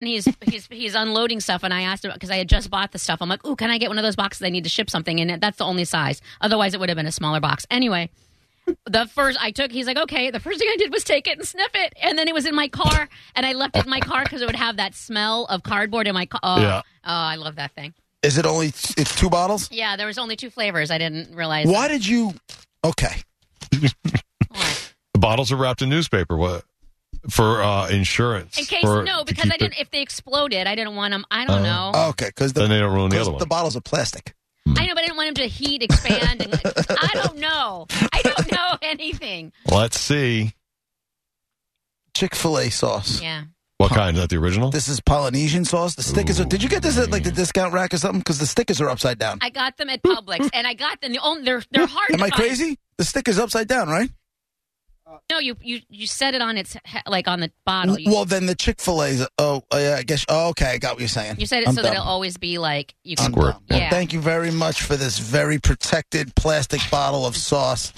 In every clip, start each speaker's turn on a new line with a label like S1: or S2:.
S1: and he's he's he's unloading stuff and i asked him because i had just bought the stuff i'm like ooh can i get one of those boxes i need to ship something and that's the only size otherwise it would have been a smaller box anyway the first i took he's like okay the first thing i did was take it and sniff it and then it was in my car and i left it in my car because it would have that smell of cardboard in my car oh,
S2: Yeah.
S1: oh i love that thing
S3: Is it only it's two bottles?
S1: yeah there was only two flavors i didn't realize
S3: Why did you? Okay,
S1: What?
S2: The bottles are wrapped in newspaper. What for uh, insurance?
S1: in case
S2: for-
S1: no
S2: to
S1: because
S2: keep
S1: i
S2: it-
S1: didn't if they exploded i didn't want them i don't
S2: Oh.
S1: know
S3: okay, because the,
S2: then they don't ruin the
S3: 'cause
S2: other one.
S3: the bottles are plastic.
S1: I know, but I didn't want him to heat expand. And, I don't know. I don't know anything.
S2: Let's see
S3: Chick Fil A sauce.
S1: Yeah.
S2: what kind. Is that the original?
S3: This is Polynesian sauce. The stickers. Are, did you get this at like the discount rack or something? Because the stickers are upside down.
S1: I got them at Publix, and I got them. The only they're they're hard.
S3: Am
S1: to
S3: I
S1: find.
S3: crazy? The stickers upside down, right?
S1: No, you you you set it on its he- like on the bottle. You,
S3: Well, then the Chick Fil A's. Oh, yeah, I guess. Oh, okay, I got what you're saying.
S1: you set it
S3: I'm
S1: so that
S3: dumb.
S1: it'll always be like you can.
S3: I'm
S2: Squirt.
S3: dumb.
S1: Yeah.
S3: Thank you very much for this very protected plastic bottle of sauce.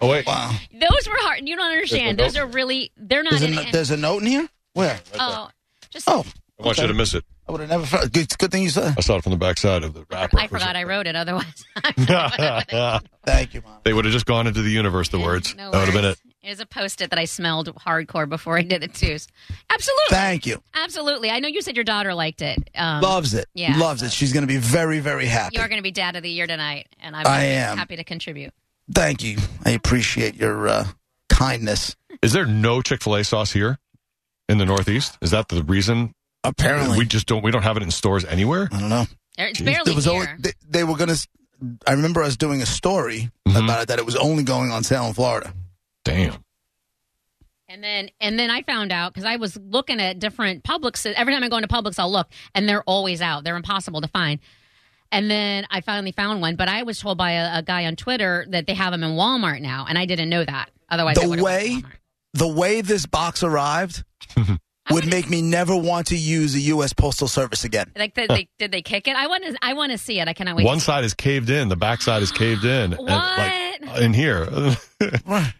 S2: Oh wait,
S3: Wow.
S1: Those were hard. You don't understand. Those are really they're not
S3: There's
S1: in.
S3: a, there's a note in here? Where?
S1: oh, just
S3: Oh,
S2: I want you to miss it.
S3: I would have never found Good, good thing you said.
S2: I saw it from the backside of the wrapper.
S1: I forgot I wrote it. Otherwise,
S3: Thank you, Mom.
S2: they would have just gone into the universe. The words
S1: No
S2: that would have been it.
S1: worries. It was a post-it that I smelled hardcore before I did it too. Absolutely,
S3: Thank you.
S1: absolutely. I know you said your daughter liked it. Um,
S3: Loves it.
S1: yeah.
S3: Loves it. She's going to be very, very happy.
S1: You're going to be dad of the year tonight, and I'm
S3: I
S1: happy,
S3: am.
S1: happy to contribute.
S3: Thank you. I appreciate your uh, kindness.
S2: Is there no Chick Fil A sauce here in the Northeast? Is that the reason?
S3: Apparently.
S2: we just don't. We don't have it in stores anywhere.
S3: I don't know.
S1: There- Er, It's
S2: Jeez.
S1: barely
S3: There was
S1: here.
S3: only, they, they were going to. I remember us doing a story
S2: Mhm.
S3: about it that it was only going on sale in Florida.
S2: Damn.
S1: and then and then I found out because I was looking at different Publix. Every time I go into Publix, I'll look, and they're always out. They're impossible to find. And then I finally found one, but I was told by a, a guy on Twitter that they have them in Walmart now, and I didn't know that. Otherwise, I
S3: The
S1: would've went to
S3: way-
S1: Walmart.
S3: The way this box arrived would make me never want to use a U.S. Postal Service again.
S1: like did they, did they kick it? I want to I want to see it. I cannot wait.
S2: One
S1: to see
S2: side is caved in. The back side is caved in.
S1: it.
S2: and,
S1: what?
S2: like, in here,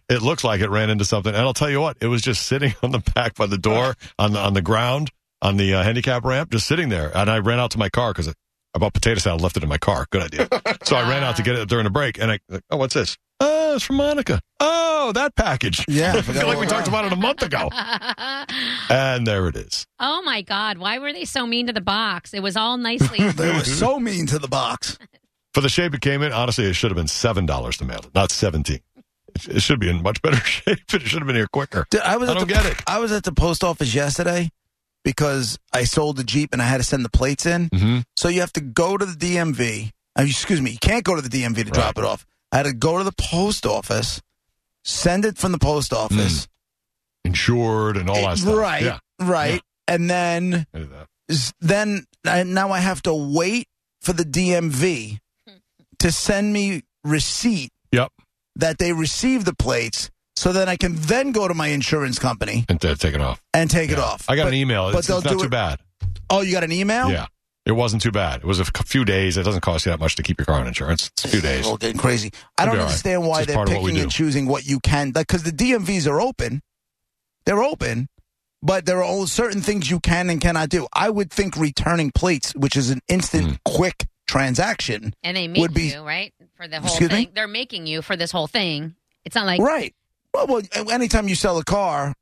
S2: it looked like it ran into something. And I'll tell you what, it was just sitting on the back by the door on the on the ground on the uh, handicap ramp, just sitting there. And I ran out to my car because I, I bought potato salad, left it in my car. Good idea. So I ran out to get it during a break, and I like, oh, what's this? Oh, it's from Monica. Oh, that package.
S3: Yeah, I
S2: I
S3: forgot
S2: feel like
S3: all
S2: we
S3: about
S2: talked about it a month ago. And there it is.
S1: oh my God! Why were they so mean to the box? It was all nicely.
S3: They were so mean to the box.
S2: For the shape it came in, honestly, it should have been seven dollars to mail it, not seventeen. It, it should be in much better shape. It should have been here quicker.
S3: Dude, I was
S2: I
S3: at
S2: don't
S3: the,
S2: get it.
S3: I was at the post office yesterday because I sold the Jeep and I had to send the plates in.
S2: Mm-hmm.
S3: So you have to go to the DMV. uh, Excuse me, you can't go to the DMV to drop it off. I had to go to the post office, send it from the post office.
S2: Insured and Mm, all that stuff.
S3: Right,
S2: Yeah.
S3: right. And then
S2: I did that.
S3: s- then I, now I have to wait for the DMV to send me receipt
S2: Yep.
S3: that they received the plates so then I can then go to my insurance company
S2: And they're taken off.
S3: and take it
S2: Yeah.
S3: off.
S2: I got
S3: But-
S2: an email.
S3: but
S2: It's,
S3: they'll
S2: it's not
S3: do
S2: too
S3: it-
S2: bad.
S3: Oh, you got an email?
S2: Yeah. It wasn't too bad. It was a f- few days. It doesn't cost you that much to keep your car on insurance. It's a few days.
S3: All getting crazy. I
S2: It'll
S3: don't
S2: be all right.
S3: understand why
S2: It's just
S3: they're
S2: part of what we
S3: picking and
S2: do.
S3: choosing what you can, because the DMVs are open. They're open, but there are all certain things you can and cannot do. I would think returning plates, which is an instant,
S2: Hmm.
S3: quick transaction,
S1: And they make
S3: would be-
S1: you, right? For the whole
S3: Excuse me?
S1: thing. They're making you for this whole thing. It's not like
S3: right? Well, well, a- anytime you sell a car,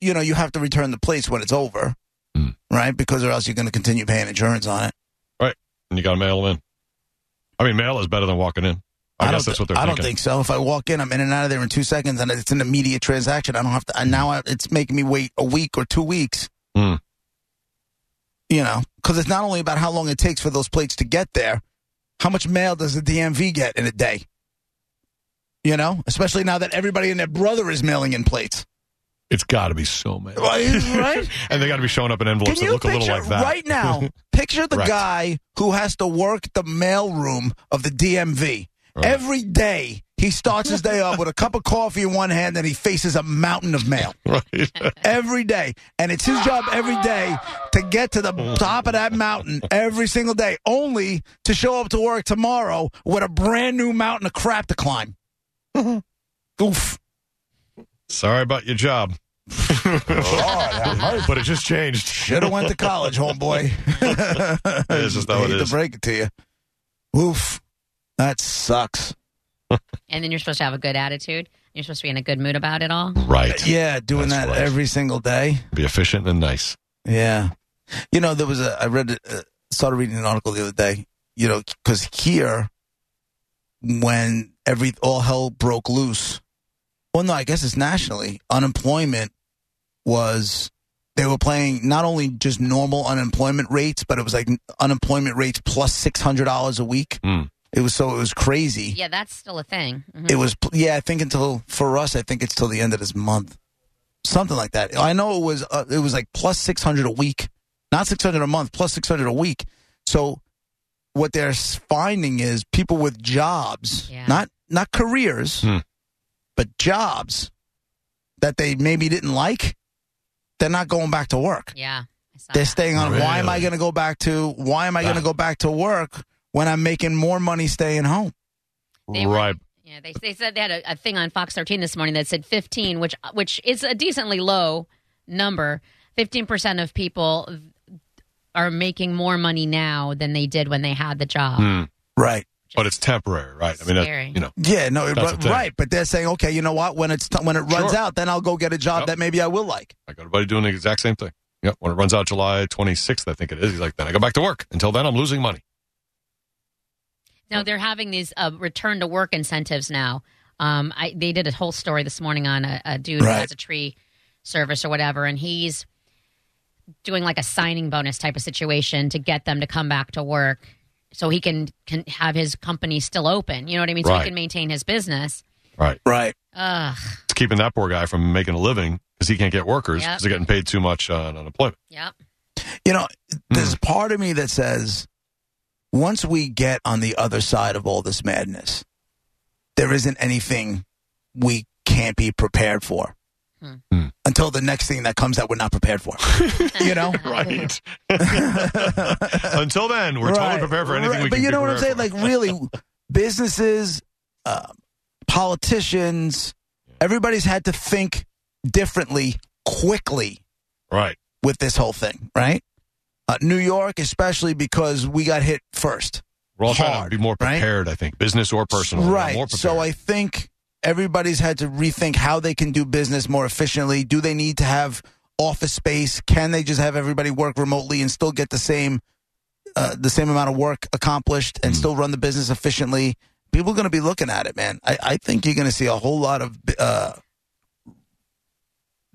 S3: you know you have to return the plates when it's over,
S2: Hmm.
S3: right? Because or else you're going to continue paying insurance on it.
S2: And you got to mail them in. I mean, mail is better than walking in. I,
S3: don't
S2: guess that's
S3: thi-
S2: what they're
S3: I
S2: thinking.
S3: don't think so. If I walk in, I'm in and out of there in two seconds, and it's an immediate transaction. I don't have to. And now I, it's making me wait a week or two weeks.
S2: Hmm.
S3: You know, because it's not only about how long it takes for those plates to get there. How much mail does the DMV get in a day? You know, especially now that everybody and their brother is mailing in plates.
S2: It's got to be so many.
S3: Right?
S2: and they got to be showing up in
S3: Can
S2: envelopes that
S3: you
S2: look a little
S3: picture
S2: like that.
S3: right now? Picture the
S2: Right.
S3: guy who has to work the mail room of the DMV.
S2: Right.
S3: Every day he starts his day off with a cup of coffee in one hand and he faces a mountain of mail
S2: right.
S3: every day. And it's his job every day to get to the
S2: Oh.
S3: top of that mountain every single day, only to show up to work tomorrow with a brand new mountain of crap to climb. Oof.
S2: Sorry about your job.
S3: Oh, Lord have mercy.
S2: but it just changed.
S3: Should have went to college, homeboy.
S2: It's just how
S3: I
S2: it
S3: hate
S2: is.
S3: to break it to you. Oof. That sucks.
S1: And then you're supposed to have a good attitude. You're supposed to be in a good mood about it all.
S2: Right.
S3: Yeah, doing
S2: That's right.
S3: that every single day.
S2: Be efficient and nice.
S3: Yeah. You know, there was a, I read, uh, started reading an article the other day, you know, because here, when every, all hell broke loose, well, no, I guess it's nationally, unemployment was, they were playing not only just normal unemployment rates, but it was like unemployment rates plus $600 a week.
S2: Hmm.
S3: It was so, it was crazy.
S1: Yeah, that's still a thing. Mhm.
S3: It was, yeah, I think until for us, I think it's till the end of this month, something like that. I know it was, uh, it was like plus six hundred a week, not six hundred a month, plus six hundred a week. So what they're s- finding is people with jobs,
S1: Yeah.
S3: not not careers,
S2: Hmm.
S3: but jobs that they maybe didn't like, they're not going back to work.
S1: yeah. I saw
S3: They're
S1: that.
S3: staying on. Why am I
S2: Really?
S3: going to go back to? Why am I going to
S2: Ah.
S3: go back to work when I'm making more money staying home?
S1: They were-
S2: right.
S1: Yeah, they, they said they had a, a thing on Fox 13 this morning that said 15, which which is a decently low number. 15% of people are making more money now than they did when they had the job.
S2: Hmm.
S3: Right.
S2: But it's temporary, right? I mean,
S1: Scary.
S2: that, you know,
S3: Yeah, no, it-
S2: That's the thing.
S3: right. But they're saying, okay, you know what? When it's t- when it runs
S2: Sure.
S3: out, then I'll go get a job
S2: Yep.
S3: that maybe I will like.
S2: I got a buddy doing the exact same thing. Yep. When it runs out July 26th, I think it is. He's like, then I go back to work. Until then, I'm losing money.
S1: No, they're having these uh, return to work incentives now. Um, I, they did a whole story this morning on a, a dude who
S3: Right.
S1: has a tree service or whatever, and he's doing like a signing bonus type of situation to get them to come back to work so he can, can have his company still open. You know what I mean? So
S2: Right.
S1: he can maintain his business.
S2: Right.
S3: Right.
S1: Ugh.
S2: It's keeping that poor guy from making a living because he can't get workers
S1: Yep.
S2: because they're getting paid too much on unemployment.
S1: Yep.
S3: You know, there's
S2: Hmm.
S3: part of me that says, once we get on the other side of all this madness, there isn't anything we can't be prepared for.
S1: Hmm.
S2: Hmm.
S3: Until the next thing that comes that we're not prepared for, you know.
S2: Right. Until then, we're
S3: Right,
S2: totally prepared for anything
S3: right.
S2: we
S3: But
S2: can
S3: you
S2: be
S3: know what I'm saying?
S2: prepared
S3: Like, really, businesses, uh, politicians, everybody's had to think differently quickly
S2: for. Right.
S3: with this whole thing, right? Uh, New York, especially because we got hit first.
S2: We're all trying
S3: Hard,
S2: to be more
S3: right?
S2: prepared, I think, business or personal. We're
S3: right.
S2: More prepared.
S3: so I think everybody's had to rethink how they can do business more efficiently. Do they need to have office space? Can they just have everybody work remotely and still get the same uh, the same amount of work accomplished
S2: Mm-hmm.
S3: and still run the business efficiently? People are going to be looking at it, man. I, I think you're going to see a whole lot of uh,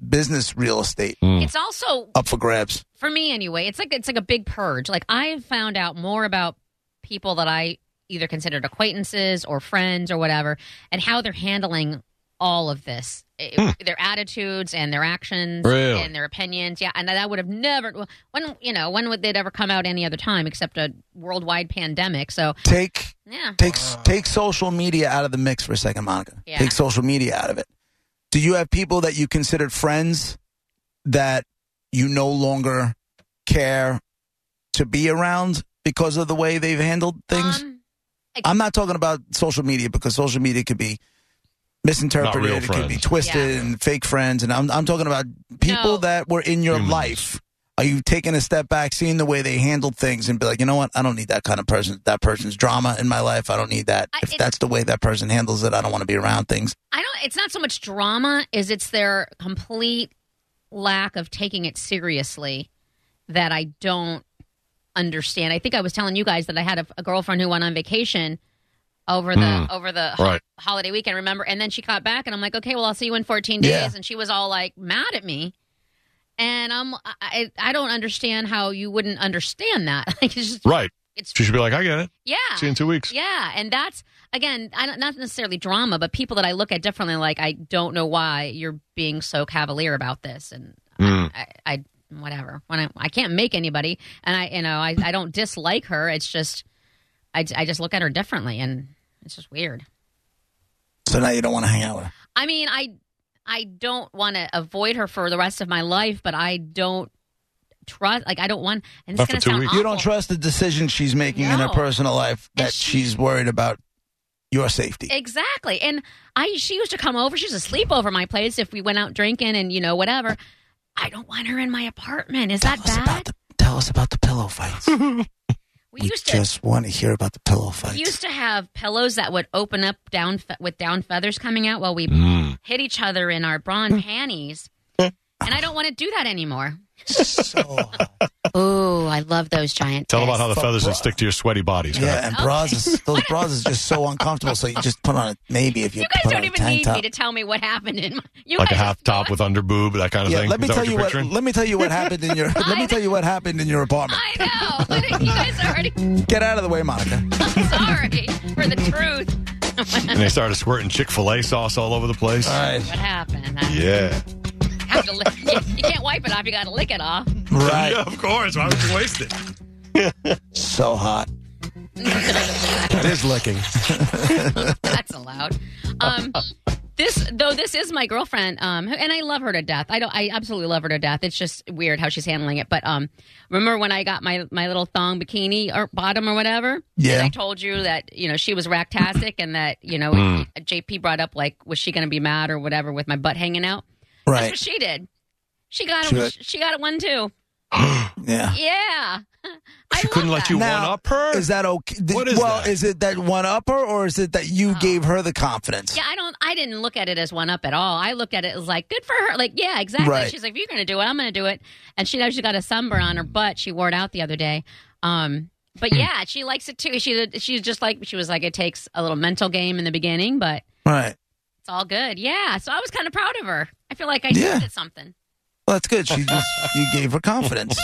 S3: business real estate
S2: Mm.
S1: It's also
S3: up for grabs.
S1: for me anyway it's like it's like a big purge like i have found out more about people that i either considered acquaintances or friends or whatever and how they're handling all of this It- their attitudes and their actions
S2: Really?
S1: and their opinions yeah and that would have never when you know when would they'd ever come out any other time except a worldwide pandemic so
S3: Take
S1: yeah
S3: Take take social media out of the mix for a second, Monica.
S1: Yeah.
S3: Take social media out of it. Do you have people that you considered friends that you no longer care to be around because of the way they've handled things?
S1: Um,
S3: I'm not talking about social media because social media could be
S2: Not
S3: misinterpreted,
S2: real
S3: it could be
S2: friends.
S3: twisted
S1: Yeah.
S3: and fake friends. And I'm I'm talking about people
S1: No.
S3: that were in your
S2: Humans.
S3: life. Are you taking a step back, seeing the way they handled things, and be like, you know what? I don't need that kind of person. That person's drama in my life. I don't need that.
S1: I-
S3: if
S1: it-
S3: that's the way that person handles it, I don't want to be around things.
S1: I don't. It's not so much drama as it's their complete lack of taking it seriously that I don't understand. I think I was telling you guys that I had a, a girlfriend who went on vacation over the
S2: Mm.
S1: over the ho-
S2: Right.
S1: holiday weekend. Remember, and then she got back, and I'm like, okay, well, I'll see you in 14 days,
S3: Yeah.
S1: and she was all like mad at me. And I'm I, I I don't understand how you wouldn't understand that. Like it's just
S2: Right.
S1: it's
S2: She should be like, I get it.
S1: yeah.
S2: See you in two weeks.
S1: Yeah, and that's again, I don't, not necessarily drama, but people that I look at differently, like I don't know why you're being so cavalier about this, and
S2: Mm.
S1: I, I whatever. When I, I can't make anybody, and I, you know, I, I don't dislike her. It's just, I, j- I just look at her differently, and it's just weird.
S3: So now you don't want to hang out with her.
S1: I mean, I, I don't want to avoid her for the rest of my life, but I don't trust. Like I don't want. And this
S2: Not for
S1: is
S2: two
S1: gonna sound
S2: weeks.
S3: You don't
S1: awful.
S3: trust the decision she's making in her
S1: No.
S3: personal life
S1: And
S3: that
S1: she-
S3: she's worried about your safety.
S1: Exactly. And I she used to come over, she used to sleep over my place if we went out drinking and you know, whatever. I don't want her in my apartment. Is that
S3: tell us
S1: bad?
S3: about the tell us about the pillow fights. we
S1: we used to
S3: just want to hear about the pillow fights.
S1: we used to have pillows that would open up down fe- with down feathers coming out while we
S2: Mm.
S1: hit each other in our
S3: Mm.
S1: brawn panties. And I don't want to do that anymore.
S3: so hot.
S1: Ooh, I love those giant.
S2: Tell them
S1: tits.
S2: about how the
S3: Fuck
S2: feathers would
S3: bra.
S2: stick to your sweaty bodies.
S3: yeah, and bras is, those bras is just so uncomfortable. So you just put on a maybe if you,
S1: You guys
S3: put
S1: don't
S3: on a
S1: even
S3: tank
S1: need
S3: top.
S1: me to tell me what happened in my. You
S2: Like a
S1: guys
S2: half top with under boob, that kind of
S3: yeah,
S2: thing.
S3: let
S2: Is
S3: me
S2: that
S3: tell
S2: what
S3: you
S2: you're
S3: what.
S2: picturing?
S3: Let me tell you what happened in your. let me tell you what happened in your apartment.
S1: I know. but you guys are already.
S3: Get out of the way, Monica.
S1: Sorry for the truth.
S2: and they started squirting Chick Fil A sauce all over the place.
S3: All right,
S1: What happened? I
S2: Yeah.
S1: have to lick. You, you can't wipe it off. You got to lick it off.
S2: Yeah,
S3: right.
S2: of course. Why would you waste it?
S3: So hot.
S4: That is licking.
S1: That's allowed. Um, this though, this is my girlfriend, um, and I love her to death. I don't. I absolutely love her to death. It's just weird how she's handling it. But um, remember when I got my my little thong bikini or bottom or whatever?
S3: Yeah.
S1: And I told you that you know she was racktastic, and that you know JP brought up like was she going to be mad or whatever with my butt hanging out? That's
S3: Right.
S1: what she did. She got
S3: She
S1: a,
S3: got-
S1: she got a one too.
S3: Yeah.
S1: Yeah. I
S2: She couldn't
S1: love
S2: let
S1: that.
S2: you
S3: Now,
S2: one up her.
S3: Is that okay? Th-
S2: What is
S3: well,
S2: that?
S3: is it that one upper or is it that you gave her the confidence?
S1: Oh. Yeah, I don't. I didn't look at it as one up at all. I looked at it as like, good for her. Like, yeah, exactly.
S3: Right.
S1: She's like, if you're going to do it, I'm going to do it. And she knows she got a sunburn on her butt. She wore it out the other day. Um, but
S3: Hmm.
S1: yeah, she likes it too. She she's just like she was like, it takes a little mental game in the beginning, but
S3: Right.
S1: it's all good. Yeah. So I was kind of proud of her. I feel like I
S3: Yeah.
S1: did something.
S3: Well, that's good. She just you gave her confidence.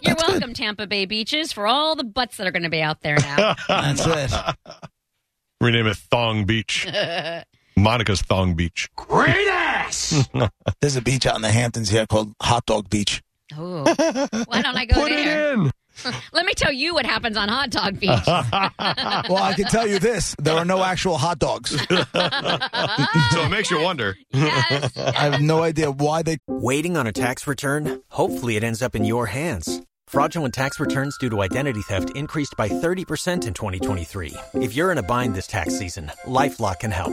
S1: You're
S3: That's good.
S1: welcome, Tampa Bay beaches, for all the butts that are going to be out there now.
S3: That's it.
S2: Rename it Thong Beach. Monica's Thong Beach.
S3: There's a beach out in the Hamptons here called Hot Dog Beach.
S1: oh, why don't I go
S2: Put
S1: there?
S2: it in.
S1: Let me tell you what happens on Hot Dog Beach.
S3: Well, I can tell you this: there are no actual hot dogs.
S2: So it makes you wonder.
S1: yes.
S3: I have no idea why they
S5: Waiting on a tax return? Hopefully, it ends up in your hands. Fraudulent tax returns due to identity theft increased by 30% in 2023. If you're in a bind this tax season, LifeLock can help.